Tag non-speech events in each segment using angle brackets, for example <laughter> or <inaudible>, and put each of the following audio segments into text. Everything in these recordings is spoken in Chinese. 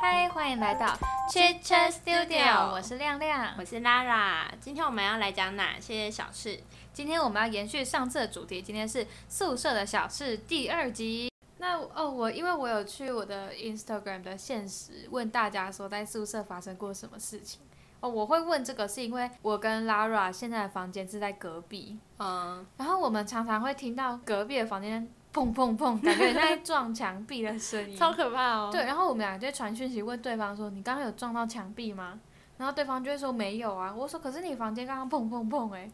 嗨，欢迎来到 Chit Chat Studio，我是亮亮。我是 Lara，今天我们要来讲哪些小事？今天我们要延续上次的主题，今天是宿舍的小事第二集。那哦，我因为我有去我的 Instagram 的现实问大家说在宿舍发生过什么事情。哦，我会问这个是因为我跟 Lara 现在的房间是在隔壁，嗯，然后我们常常会听到隔壁的房间砰砰砰，感觉在撞墙壁的声 <laughs> 音，超可怕哦。对，，然后我们俩就会传讯息问对方说：“你刚刚有撞到墙壁吗？”然后对方就会说：“没有啊。”我说：“可是你房间刚刚砰砰砰哎、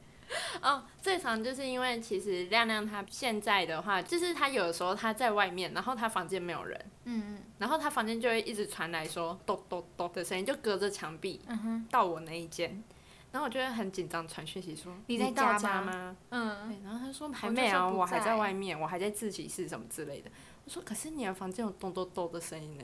哦，最常就是因为其实亮亮他现在的话，就是他有的时候他在外面，然后他房间没有人，嗯然后他房间就会一直传来说咚咚咚的声音，就隔着墙壁嗯哼到我那一间，然后我就会很紧张，传讯息说你在到家家吗吗？嗯，对，然后他说还我就没说啊，不我还在在外面，我还在自习室什么之类的。我说可是你的房间有咚咚咚的声音呢。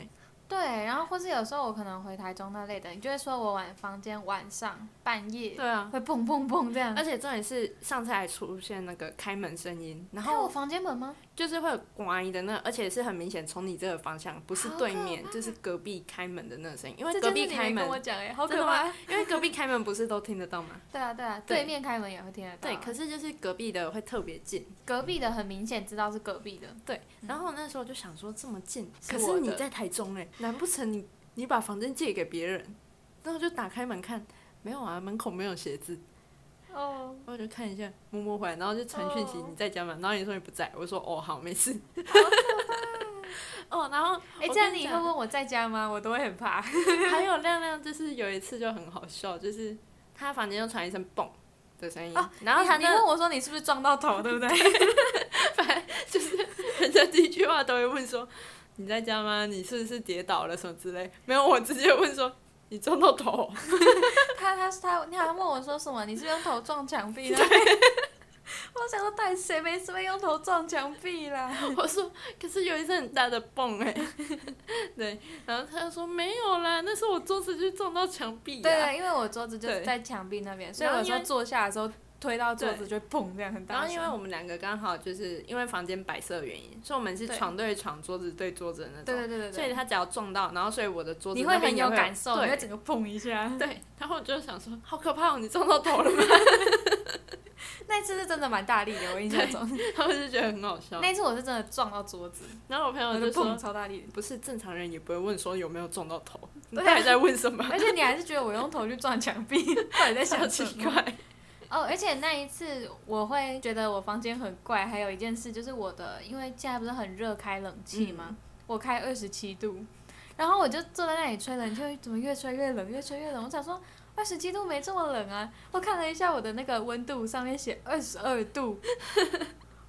对。然后或是有时候我可能回台中那类的，你就会说我晚房间晚上半夜对啊，会砰砰砰这样。而且重点是上次还出现那个开门声音，然还有我后房间门吗？就是会有呱一的那，而且是很明显从你这个方向，不是好对可面，就是隔壁开门的那个声音，因为这隔件壁事你开没门跟我，讲哎、好真可的怕。因为隔壁开门不是都听得到吗？对啊对啊，对对面开门也会听得到啊。对，可是就是隔壁的会特别近，隔壁的很明显知道是隔壁的。对。然后那时候就想说这么近，是可我是你的在台中哎、难不成你你把房间借给别人？然后就打开门看，没有啊，门口没有鞋子。哦，然后就看一下，摸摸回来，然后就传讯息哦你在家吗？然后你说你不在，我说哦好没事。 <laughs> 哦，然后哎，我这样跟你你以讲后问我在家吗？我都会很怕。还有亮亮，就是有一次就很好笑，就是他房间就传一声嘣的 <laughs> 声音，哦然后他你你问那我说你是不是撞到头，对不对？人家第一句话都会问说你在家吗？你是不是跌倒了什么之类？没有，我直接问说你撞到头。他他他，你好像问我说什么？你是不是用头撞墙壁的？ <laughs> 我想说，到底谁没事会用头撞墙壁啦？我说，可是有一声很大的蹦哎、 <laughs> 对，然后他就说没有啦，那是我桌子就撞到墙壁、啊。对，因为我桌子就是对在墙壁那边，所以然后我有时候因为坐下的时候推到桌子就会砰这样很大然声。后因为我们两个刚好就是因为房间摆设的原因，所以我们是对床对床、桌子对桌子的那种。对对对对对，所以他只要撞到，然后所以我的桌子你那会边很也有会感受，你会对整个砰一下。对。然后我就想说，好可怕、哦，你撞到头 <laughs> 了吗？那一次是真的蛮大力的，我印象中。然后我就觉得很好笑。那一次我是真的撞到桌子，然后我朋友我就哦就砰说， <laughs> 超大力的。不是正常人也不会问说有没有撞到头，你对到底在问什么？而且你还是觉得我用头去撞墙壁， <laughs> 到 <laughs> 底在好 <laughs> 想什奇么？怪。哦，而且那一次我会觉得我房间很怪，还有一件事就是我的，因为现在不是很热，开冷气吗？我开二十七度，然后我就坐在那里吹冷气，怎么越吹越冷，越吹越冷？我想说二十七度没这么冷啊！我看了一下我的那个温度，上面写二十二度， <laughs>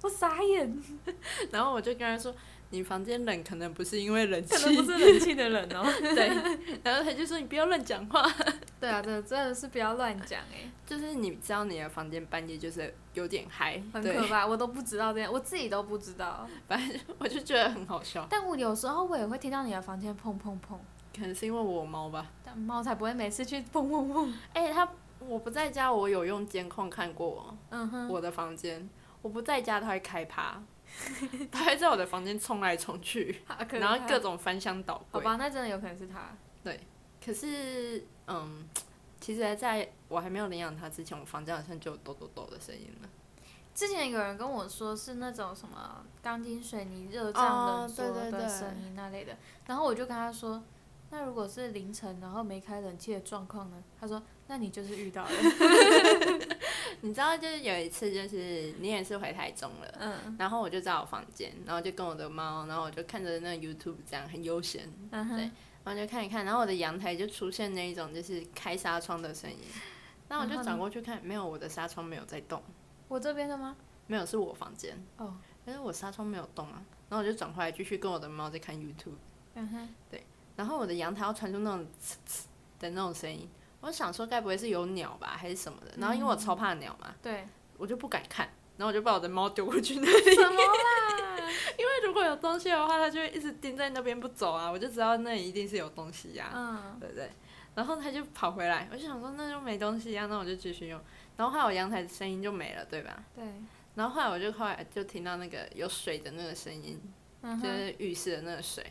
我傻眼，然后我就跟他说，你房间冷可能不是因为冷可能不气，是冷气的冷哦。 <laughs> 对。然后他就说你不要乱讲话。 <laughs> 对啊，这真的是不要乱讲哎、就是你知道你的房间半夜就是有点嗨，很对可怕，我都不知道这样，我自己都不知道。反正我就觉得很好笑，但我有时候我也会听到你的房间砰砰砰。可能是因为我有猫吧。但猫才不会每次去砰砰砰。哎、他我不在家，我有用监控看过哦嗯哼，我的房间。我不在家，它会开趴， <laughs> 它会在我的房间冲来冲去，好啊可然后怕各种翻箱倒好柜。吧，那真的有可能是它。可是，嗯，其实在我还没有领养它之前，我房间好像就有抖抖抖的声音了。之前有人跟我说是那种什么钢筋水泥热胀冷缩哦对对的对声音那类的，然后我就跟他说，那如果是凌晨然后没开冷气的状况呢？他说，那你就是遇到了。你知道，就是有一次，就是你也是回台中了， <laughs> 嗯然后我就在我房间，然后就跟我的猫，然后我就看着那个 YouTube 这样很悠闲，嗯哼，然后就看一看，然后我的阳台就出现那一种就是开纱窗的声音，那我就然后呢转过去看，没有，我的纱窗没有在动，我这边的吗？没有是我房间，哦，但是我纱窗没有动啊，然后我就转回来继续跟我的猫在看 YouTube，嗯哼，然后我的阳台要传出那种呲呲的那种声音，我想说该不会是有鸟吧，还是什么的，然后因为我超怕鸟嘛，对，我就不敢看，然后我就把我的猫丢过去 <laughs> 那 <laughs> 什么啦？因为如果有东西的话，它就会一直盯在那边不走啊，我就知道那里一定是有东西呀、 <laughs> 嗯，对不对？然后它就跑回来，我就想说那就没东西呀、那我就继续用。然后后来我阳台的声音就没了，对吧？对，然后后来我就后来就听到那个有水的那个声音，嗯就哼，是浴室的那个水。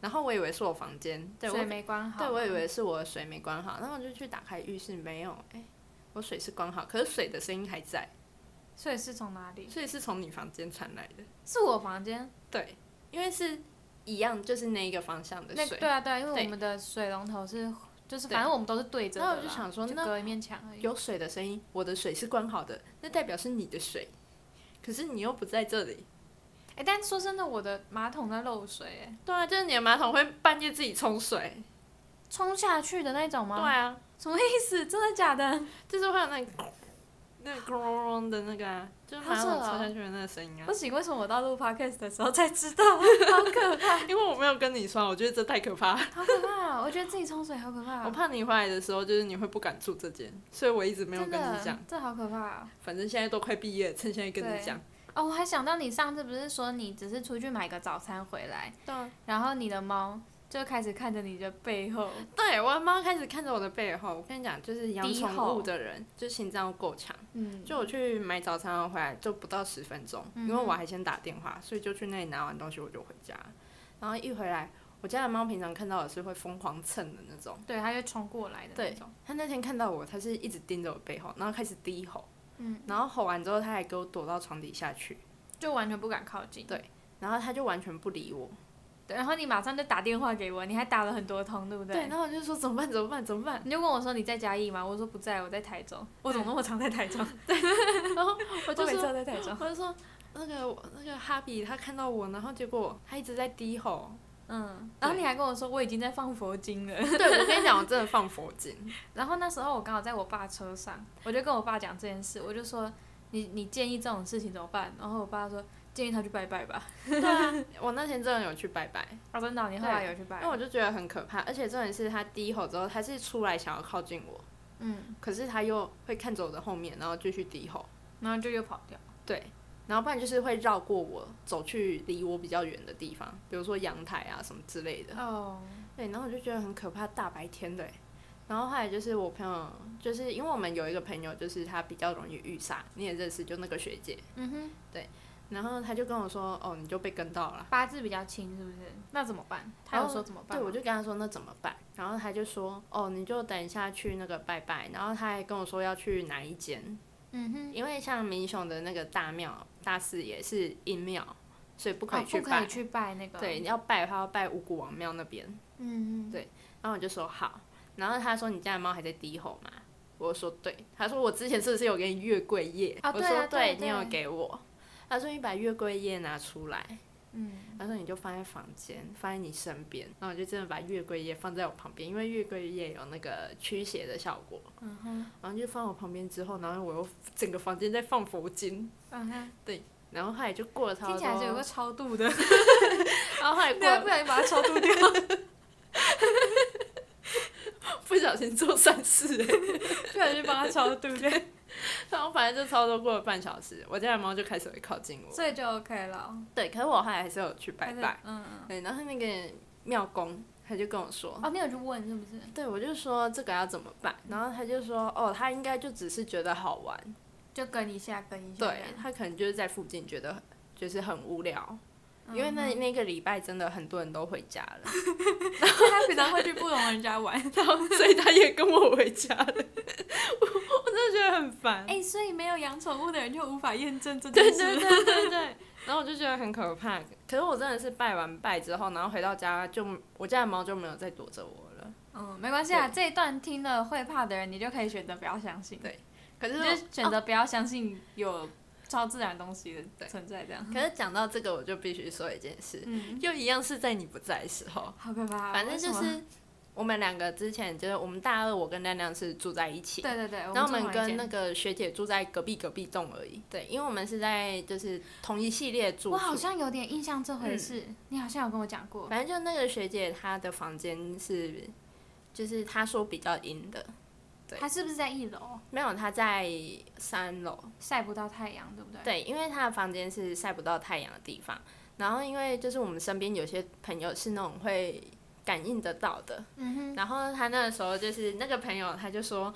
然后我以为是我房间，对我水没关好。啊对我以为是我的水没关好，然后我就去打开浴室，没有，哎、我水是关好，可是水的声音还在，所以是从哪里？所以是从你房间传来的，是我房间。对，因为是一样，就是那一个方向的那水。对啊对啊，因为对我们的水龙头是就是对反正我们都是对着的然啦。后我就想说，那隔一面墙而已。有水的声音，我的水是关好的，那代表是你的水，可是你又不在这里。哎，但说真的，我的马桶在漏水，哎，对啊，就是你的马桶会半夜自己冲水。冲下去的那种吗？对啊，什么意思？真的假的？就是会有那个那个咕隆隆的那个、啊，就是马好桶扯哦冲下去的那个声音啊不。行，为什么我到录 podcast 的时候才知道？ <laughs> 因为我没有跟你说，我觉得这太可怕了。哦好可怕、哦！我觉得自己冲水好可怕、哦。我怕你回来的时候，就是你会不敢住这间，所以我一直没有跟你真讲的。，这好可怕、哦。反正现在都快毕业了，趁现在跟你对讲。哦，我还想到你上次不是说你只是出去买个早餐回来，对啊，然后你的猫就开始看着你的背后，对我的猫开始看着我的背后。我跟你讲，就是养低宠物吼的人，就心脏要够强。嗯，就我去买早餐回来就不到十分钟，因为我还先打电话，所以就去那里拿完东西我就回家。然后一回来，我家的猫平常看到我是会疯狂蹭的那种，对，它就冲过来的那对种。它那天看到我，它是一直盯着我背后，然后开始低吼，嗯，然后吼完之后，它还给我躲到床底下去，就完全不敢靠近。对然后它就完全不理我。对，然后你马上就打电话给我，你还打了很多通，对不对？对，然后我就说怎么办？怎么办？怎么办？ <laughs> 你就问我说你在嘉义吗？我说不在，我在台中。我怎么那么常在台 <laughs> 中？然后我我就就每说次，都在台中。我就说那个我那个哈比，它看到我，然后结果它一直在低吼。嗯，然后对你还跟我说我已经在放佛经了。 <laughs> 对，我跟你讲，我真的放佛经。然后那时候我刚好在我爸车上，我就跟我爸讲这件事，我就说你你建议这种事情怎么办？然后我爸说建议他去拜拜吧。对啊，我那天真的有去拜拜。啊，真的哦、你后来有去拜因为？我就觉得很可怕，而且重点是他低吼之后，他是出来想要靠近我，嗯，可是他又会看着我的后面，然后继续低吼，然后就又跑掉。对，然后不然就是会绕过我，走去离我比较远的地方，比如说阳台啊什么之类的，哦，对，然后我就觉得很可怕，大白天的欸。然后后来就是我朋友，就是因为我们有一个朋友，就是他比较容易遇煞，你也认识，就那个学姐，嗯哼，然后他就跟我说，哦，你就被跟到了。八字比较轻是不是？那怎么办？他有说怎么办对，吗？我就跟他说那怎么办？然后他就说哦，你就等一下去那个拜拜。然后他还跟我说要去哪一间，嗯哼，因为像民雄的那个大庙大寺也是阴庙，所以哦不不可以去不可拜。以去拜那个。对，，你要拜的话要拜五谷王庙那边。嗯嗯，然后我就说好。然后他说你家的猫还在低吼嘛？我说对。他说我之前是不是有给你月桂叶？啊我对啊说对你有对给我。他说你把月桂叶拿出来，嗯，他说你就放在房间，放在你身边，然后我就真的把月桂叶放在我旁边，因为月桂叶有那个驱邪的效果。嗯哼，然后就放我旁边之后，然后我又整个房间在放佛经，嗯哼，然后后来就过了差听不多，起来是 <laughs> 有个超度的，然后后来不过然了不小心把它超度掉。不小心做善事、欸，不小心帮他超度掉，然后反正就差不多过了半小时，我家的猫就开始会靠近我。所以就 OK 了。对，可是我后来还是有去拜还是拜。，嗯嗯。对，然后那个庙公他就跟我说，哦，你有去问是不是？对我就说这个要怎么办，然后他就说哦，他应该就只是觉得好玩。就跟一下，跟一下。对啊他可能就是在附近觉得很就是很无聊，因为那那个礼拜真的很多人都回家了， <laughs> 他平常会去不同人家玩。 <laughs> 然后所以他也跟我回家 <laughs> 了，我我真的觉得很烦。 <laughs> 哎、所以没有养宠物的人就无法验证这件对事。对对对对，然后我就觉得很可怕。可是我真的是拜完拜之后，然后回到家就我家的猫就没有再躲着我了。嗯，没关系啊，这一段听了会怕的人，你就可以选择不要相信。对可是哦你就选择不要相信有超自然东西的对存在，这样。可是讲到这个，我就必须说一件事，嗯，又一样是在你不在的时候，好可怕、啊反正就为什么。是我们两个之前就是我们大二我跟亮亮是住在一起，对对对，然后我我们跟那个。个学姐住在隔壁隔壁栋而已。对，因为我们是在就是同一系列住我好宿。嗯像有点印象这回事，你好像有跟我讲过。反正就那个学姐她的房间是，就是她说比较阴的，对他是不是在一楼没有她在三楼。晒不到太阳，对不对？对，因为她的房间是晒不到太阳的地方。然后因为就是我们身边有些朋友是那种会感应得到的，嗯哼，然后她那个时候就是那个朋友他就说，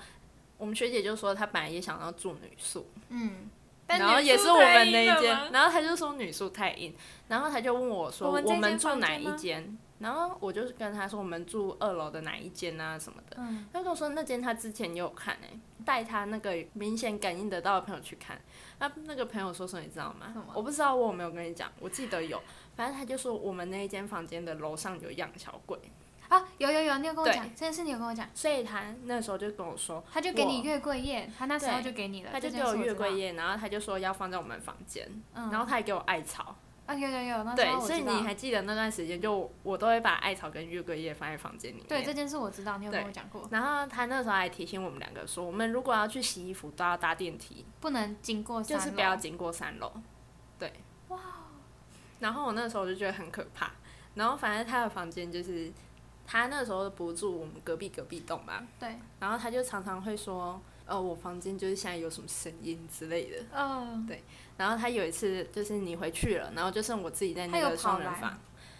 我们学姐就说她本来也想要住女宿，嗯。但然后女也宿是我太们阴那一了间吗，然后他就说女宿太硬，然后他就问我说我们这我们间住房哪间一吗间？然后我就是跟他说我们住二楼的哪一间啊什么的，嗯，他跟我说那间他之前也有看哎、带他那个明显感应得到的朋友去看，那那个朋友说什么你知道吗什么？我不知道我有没有跟你讲，我记得有，反正他就说我们那一间房间的楼上有养小鬼，啊，有有有，你有跟我对讲这件事，你有跟我讲，所以他那时候就跟我说，他就给你我月桂叶，他那时候对就给你了，他就呃这给件事月知道桂，叶，然后他就说要放在我们房间，嗯，然后他还给我艾草，啊有有有，那时对候，我所以知道你还记得那段时间，就我都会把艾草跟月桂叶放在房间里面。对这件事我知道，你有跟对我讲过，然后他那时候还提醒我们两个说，我们如果要去洗衣服都要搭电梯，不能经过哦三就楼，哦是不要经过三楼。对，哇！然后我那时候就觉得很可怕。然后反正他的房间就是他那时候不住我们隔壁隔壁栋吧，对，然后他就常常会说，呃，我房间就是现在有什么声音之类的。嗯，然后他有一次就是你回去了，然后就剩我自己在那他个有跑双人来房，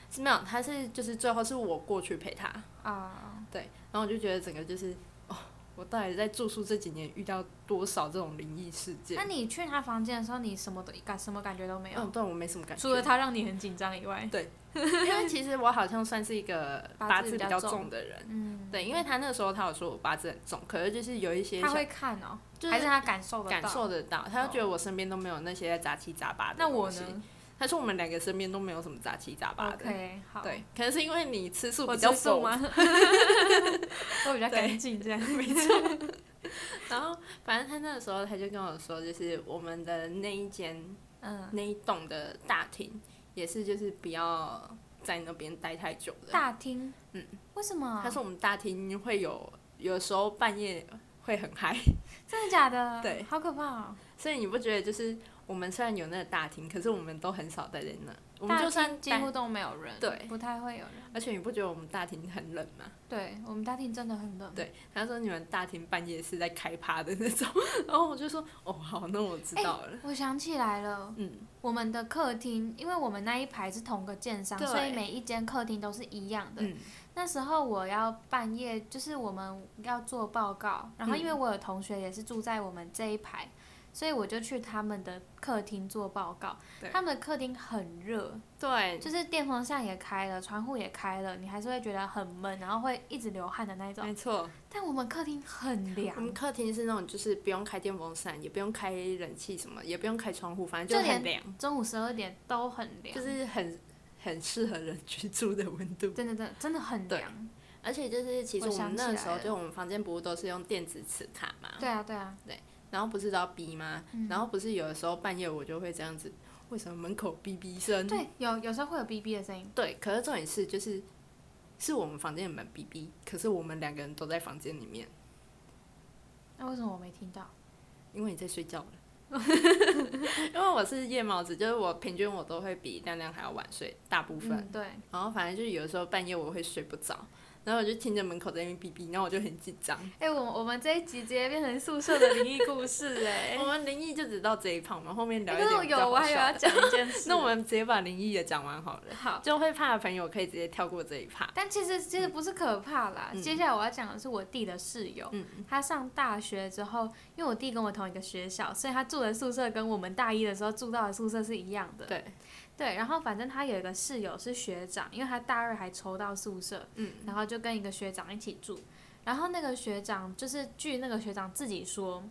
是没有，他是就是最后是我过去陪他，啊，对，然后我就觉得整个就是哦，我到底在住宿这几年遇到多少这种灵异事件？那你去他房间的时候，你什么都感什么感觉都没嗯，有，对我没什么感觉，除了，他让你很紧张以外， <laughs> 因为其实我好像算是一个八八字字比比较较重重的人。嗯，对，因为他那时候他有说我八字很重，可是就是有一些他小会看哦，就是还是他感受得到感受得到，他就觉得我身边都没有那些杂七杂八的。那我？呢他说我们两个身边都没有什么杂七杂八的。 ？OK，好，对，可能是因为你吃素我比吃较素瘦吗嘛。？ <laughs> 我比较干净，这样 <laughs> 没错。然后反正他那个时候他就跟我说，就是我们的那一间嗯，那一栋的大厅也是，就是不要在那边待太久的。 <laughs> 大厅，嗯，为什么？他说我们大厅会有有时候半夜会很嗨， <laughs> 真的假的？对好可怕哦。所以你不觉得就是我们虽然有那个大厅，可是我们都很少待在那，我们大就厅算几待乎都没有人，对不太会有人。而且你不觉得我们大厅很冷吗？对我们大厅真的很冷。对，他说你们大厅半夜是在开趴的那种， <laughs> 然后我就说哦好，那我知哎道了，我想起来了，嗯，我们的客厅，因为我们那一排是同个建商，对所以每一间客厅都是一样的。嗯那时候我要半夜，就是我们要做报告，然后因为嗯我有同学也是住在我们这一排，所以我就去他们的客厅做报告对。他们的客厅很热，对，就是电风扇也开了，窗户也开了，你还是会觉得很闷，然后会一直流汗的那一种。没错，但我们客厅很凉我，们客厅是那种就是不用开电风扇，也不用开冷气什么，也不用开窗户，反正就就连很凉，中午十二点都很凉，就是很很适合人居住的温度。真的真的真的很对凉。而且就是其实我我想们起那来时候了就我们房间不是都是用电子磁卡嘛，对嗯啊对啊，然后不是都要逼吗？然后不是有的时候半夜我就会这样子，为什么门口哔哔声？对，有有时候会有哔哔的声音，对，可是重点是就是是我们房间的门哔哔，可是我们两个人都在房间里面，那为什么我没听到？因为你在睡觉 <laughs> 了。因为我是夜猫子，就是我平均我都会比亮亮还要晚睡，大部分。嗯，对，然后反正就是有的时候半夜我会睡不着，然后我就听着门口在那边哔哔，然后我就很紧张。哎、我我们这一集直接变成宿舍的灵异故 <laughs> 事哎、我们灵异就只到这一趴，我们后面聊哎一可是点我比有，较我好还有笑要的。讲一件事。那我们直接把灵异也讲完好了， <laughs> 好，就会怕的朋友可以直接跳过这一趴。但其实其实不是可怕啦。嗯接下来我要讲的是我弟的室友， <laughs> 嗯他上大学之后，因为我弟跟我同一个学校，所以他住的宿舍跟我们大一的时候住到的宿舍是一样的。对，对，然后反正他有一个室友是学长，因为他大二还抽到宿舍，嗯，然后就跟一个学长一起住。然后那个学长就是据那个学长自己说，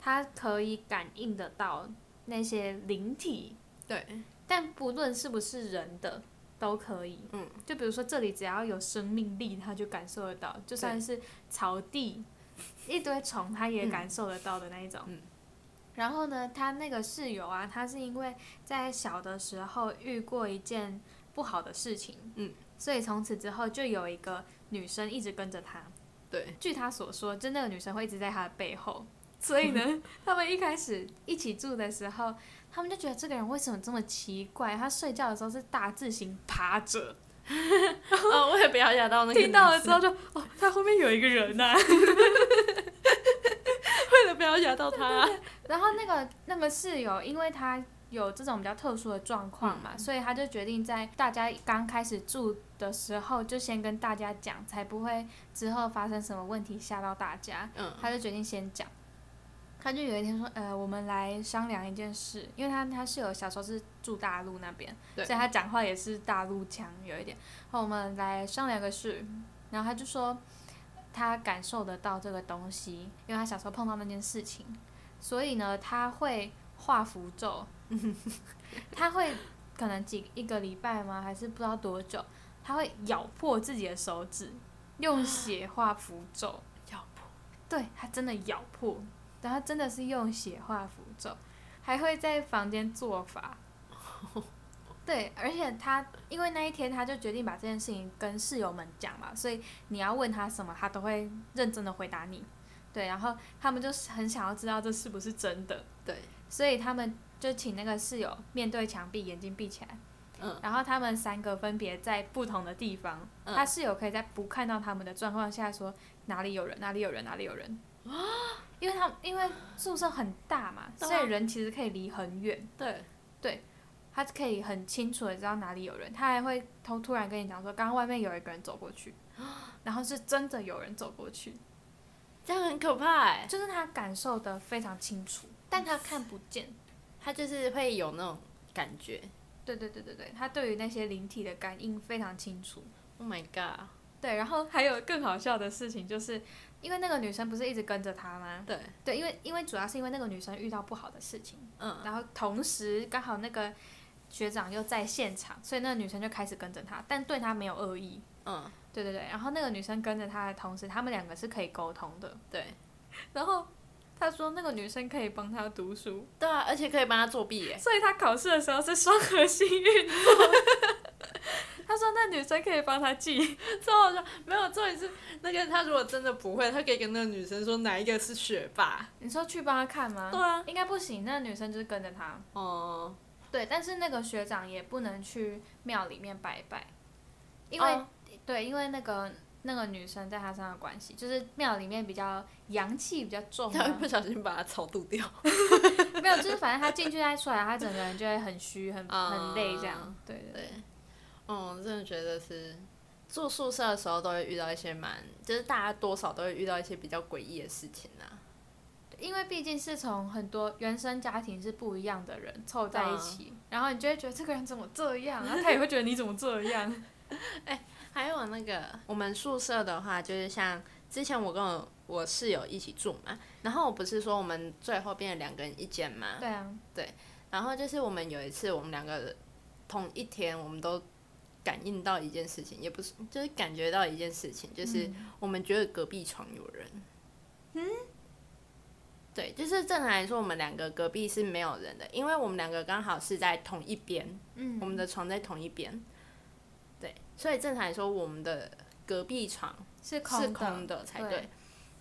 他可以感应得到那些灵体，对，但不论是不是人的都可以。嗯，就比如说这里只要有生命力，他就感受得到，就算是草地一堆虫，他也感受得到的那一种。嗯嗯然后呢，他那个室友啊，他是因为在小的时候遇过一件不好的事情，嗯，所以从此之后就有一个女生一直跟着他。对，据他所说，就那个女生会一直在他的背后。所以呢， <laughs> 他们一开始一起住的时候，他们就觉得这个人为什么这么奇怪？他睡觉的时候是大字型趴着，哦， <laughs> 我也不要吓到那个。听到了之，后就哦，他后面有一个人啊呐、为了不要吓到他。然后那个那个室友，因为他有这种比较特殊的状况嘛，所以他就决定在大家刚开始住的时候，就先跟大家讲，才不会之后发生什么问题吓到大家。嗯，他就决定先讲。他就有一天说，呃，我们来商量一件事，因为他他室友小时候是住大陆那边，所对以他讲话也是大陆腔有一点。然后我们来商量个事，然后他就说他感受得到这个东西，因为他小时候碰到那件事情，所以呢，他会画符咒， <laughs> 他会可能几一个礼拜吗？还是不知道多久，他会咬破自己的手指，用血画符咒。要不对他真的咬破，然后真的是用血画符咒，还会在房间做法。对，而且他因为那一天他就决定把这件事情跟室友们讲嘛，所以你要问他什么，他都会认真的回答你。对，然后他们就是很想要知道这是不是真的，对，所以他们就请那个室友面对墙壁，眼睛闭起来，嗯然后他们三个分别在不同的地方，嗯他室友可以在不看到他们的状况下说哪里有人，哪里有人，哪里有人。因为他因为宿舍很大嘛，啊对啊所以人其实可以离很远，对，他可以很清楚的知道哪里有人，他还会偷突然跟你讲说，刚刚外面有一个人走过 <gasps> 去，然后是真的有人走过去，这样很可怕哎、就是他感受的非常清楚，但他看不见。他就是会有那种感觉。对对对对对，他对于那些灵体的感应非常清楚。 Oh my god！对，然后还有更好笑的事情，就是因为那个女生不是一直跟着他吗？对，对，因为因为主要是因为那个女生遇到不好的事情，嗯，然后同时刚好那个学长又在现场，所以那个女生就开始跟着他，但对他没有恶意。嗯，对对对，然后那个女生跟着他的同时，他们两个是可以沟通的。对，然后他说那个女生可以帮他读书，对啊，而且可以帮他作弊耶、所以他考试的时候是双核心运动。 <laughs> 他说那女生可以帮他记，超好笑。没有，重点是那个他如果真的不会，他可以跟那个女生说哪一个是学霸。你说去帮他看吗？对啊，应该不行，那个女生就是跟着他。哦、对，但是那个学长也不能去庙里面拜拜，因为、哦对，因为那个那个女生在他身上的关系，就是庙里面比较阳气比较重、他会啊，不小心把他草度 <laughs> 掉。 <laughs> 没有，就是反正他进去再出来，他整个人就会很虚、很、啊很累这样。对对对，对，嗯，我真的觉得是住宿舍的时候都会遇到一些蛮，就是大家多少都会遇到一些比较诡异的事情啊。因为毕竟是从很多原生家庭是不一样的人凑在嗯一起，然后你就会觉得这个人怎么这样，啊然后他也会觉得你怎么这 <laughs> 样。还有那个，我们宿舍的话，就是像之前我跟我我室友一起住嘛，然后我不是说我们最后变成两个人一间嘛，对啊，然后就是我们有一次，我们两个同一天，我们都感应到一件事情，也不是，就是感觉到一件事情， <laughs> 就是嗯我们觉得隔壁床有人。嗯，对，就是正常来说，我们两个隔壁是没有人的，因为我们两个刚好是在同一边，嗯，我们的床在同一边。对，所以正常来说，我们的隔壁床是是空空的才对。对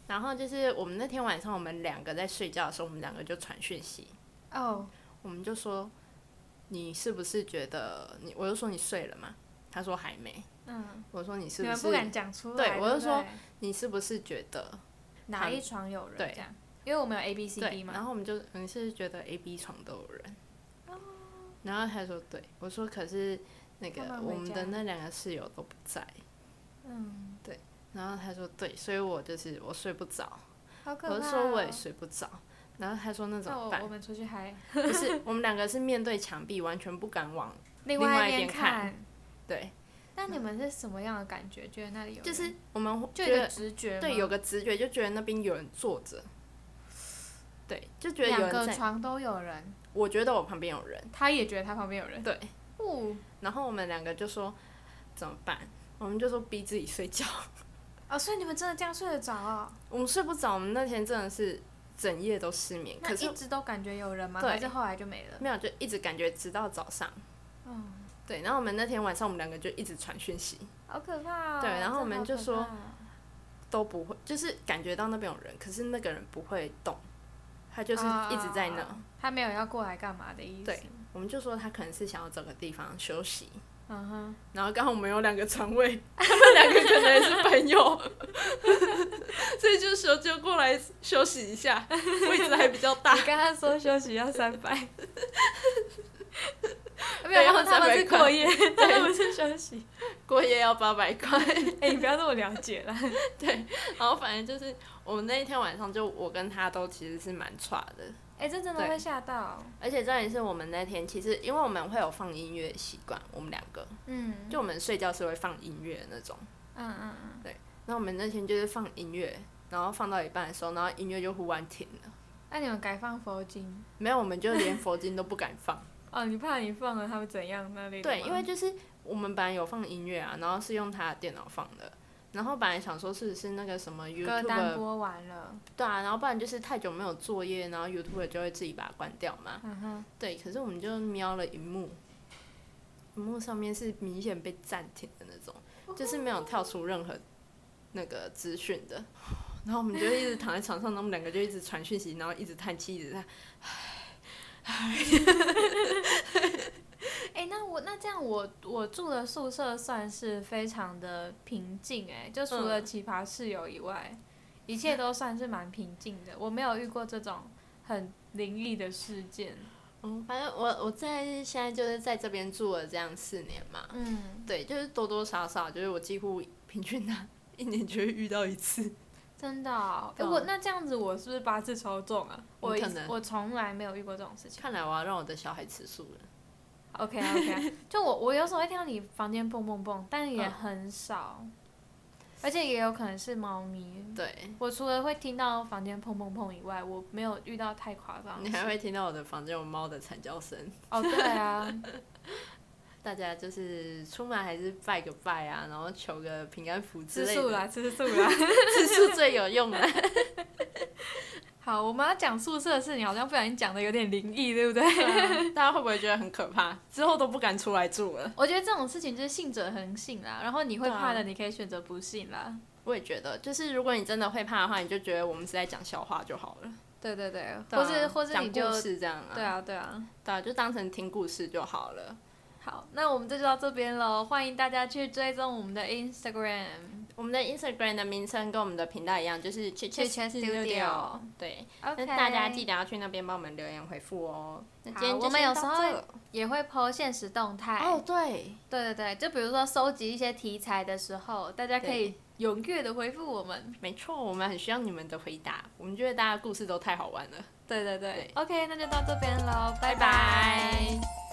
然后就是我们那天晚上，我们两个在睡觉的时候，我们两个就传讯息，哦，我们就说你是不是觉得你？我就说你睡了吗？他说还没。嗯，我说你是你不们是？不敢讲出来。对对，我就说对你是不是觉得哪一床有人对这样，因为我们有 A B C 对 D？嘛，然后我们就你是不是觉得 A、B 床都有人？哦然后他说对，我说可是那个他们回我们的家那两个室友都不在。嗯，然后他说对，所以我就是我睡不着，好可怕、我哦。就说我也睡不着。然后他说那怎那么我办我？们出去嗨，不是， <laughs> 我们两个是面对墙壁，完全不敢往另外外一边边看。对，那你们是什么样的感觉？觉得那里有人就是我们就觉有一个得直觉吗，对，有个直觉就觉得那边有人坐着，对，就觉得有两人个在。床都有人，我觉得我旁边有人，他也觉得他旁边有人。对。哦然后我们两个就说怎么办？我们就说逼自己睡觉。哦，所以你们真的这样睡得着啊、我们睡不着，我们那天真的是整夜都失眠，那可是一直都感觉有人吗？对还是后来就没了？没有就一直感觉直到早上。嗯，对，然后我们那天晚上我们两个就一直传讯息，好可怕、哦。对然后我真的们好就可说怕哦都不会，就是感觉到那边有人，可是那个人不会动，他就是一直在那。啊他没有要过来干嘛的意思。对，我们就说他可能是想要找个地方休息，嗯哼，然后刚好我们有两个床位， <laughs> 他们两个可能也是朋友， <laughs> 所以就说就过来休息一下，位置还比较大你。跟他说休息要三百，没有，对他们要他们是300块过 <laughs> 夜，他们是休息。过夜要八百块。哎、你不要这么了解啦。然后反正就是我们那一天晚上，就我跟他都其实是蛮差的，哎、这真的对会吓到。而且重点是我们那天其实因为我们会有放音乐的习惯，我们两个嗯，就我们睡觉是会放音乐的那种。嗯嗯嗯，那我们那天就是放音乐，然后放到一半的时候，然后音乐就忽然停了，那、你们改放佛经？没有，我们就连佛经都不敢 <laughs> 放。哦，你怕你放了他会怎样那类的吗？对，因为就是我们本来有放音乐啊，然后是用他的电脑放的，然后本来想说是不是那个什么歌单 YouTube 播完了，对啊，然后不然就是太久没有作业，然后 YouTube 就会自己把它关掉嘛。嗯哼，对，可是我们就瞄了荧幕，荧幕上面是明显被暂停的那种，就是没有跳出任何那个资讯的。 <laughs> 然后我们就一直躺在床上，然后我们两个就一直传讯息，然后一直叹气，一直叹。哎、那我那这样我我住的宿舍算是非常的平静哎、就除嗯了奇葩室友以外，一切都算是蛮平静的。我没有遇过这种很灵异的事件。嗯，反正我我在现在就是在这边住了这样四年嘛，嗯，对，就是多多少少，就是我几乎平均的一年就会遇到一次。真的、哦。哎、对啊我那这样子我是不是八字超重啊？我有一可能我从来没有遇过这种事情。看来我要让我的小孩吃素了。 OK 啊 OK，啊 <laughs> 就我我有时候会听到你房间蹦蹦蹦，但也嗯很少，而且也有可能是猫咪。对，我除了会听到房间砰砰砰以外，我没有遇到太夸张的你事。还会听到我的房间有猫的惨叫声。哦，对啊， <laughs> 大家就是出门还是拜个拜啊，然后求个平安符之吃类素的，啦，吃素啦。 <laughs> 吃素最有用 <laughs> 了。好，我们要讲宿舍的事情，好像不小心讲的有点灵异，对不 <laughs> 对？大家会不会觉得很可怕？之后都不敢出来住了。我觉得这种事情就是信者恒信啦，然后你会对啊怕的，你可以选择不信啦。我也觉得，就是如果你真的会怕的话，你就觉得我们是在讲笑话就好了，对对对，对啊或是或是讲你就故事这样啊，对啊对啊。对啊，就当成听故事就好了。好，那我们这就到这边喽，欢迎大家去追踪我们的 Instagram，我们的 Instagram 的名称跟我们的频道一样，就是 c h Chit Chat Studio 对， OK，那大家记得要去那边帮我们留言回复哦。那今天好就我们有时先到候这也会 PO 现实动态哦，对，对对对，就比如说收集一些题材的时候，大家可以踊跃的回复我们。没错，我们很需要你们的回答。我们觉得大家故事都太好玩了。对对对对 o k 那就到这边喽，拜拜拜拜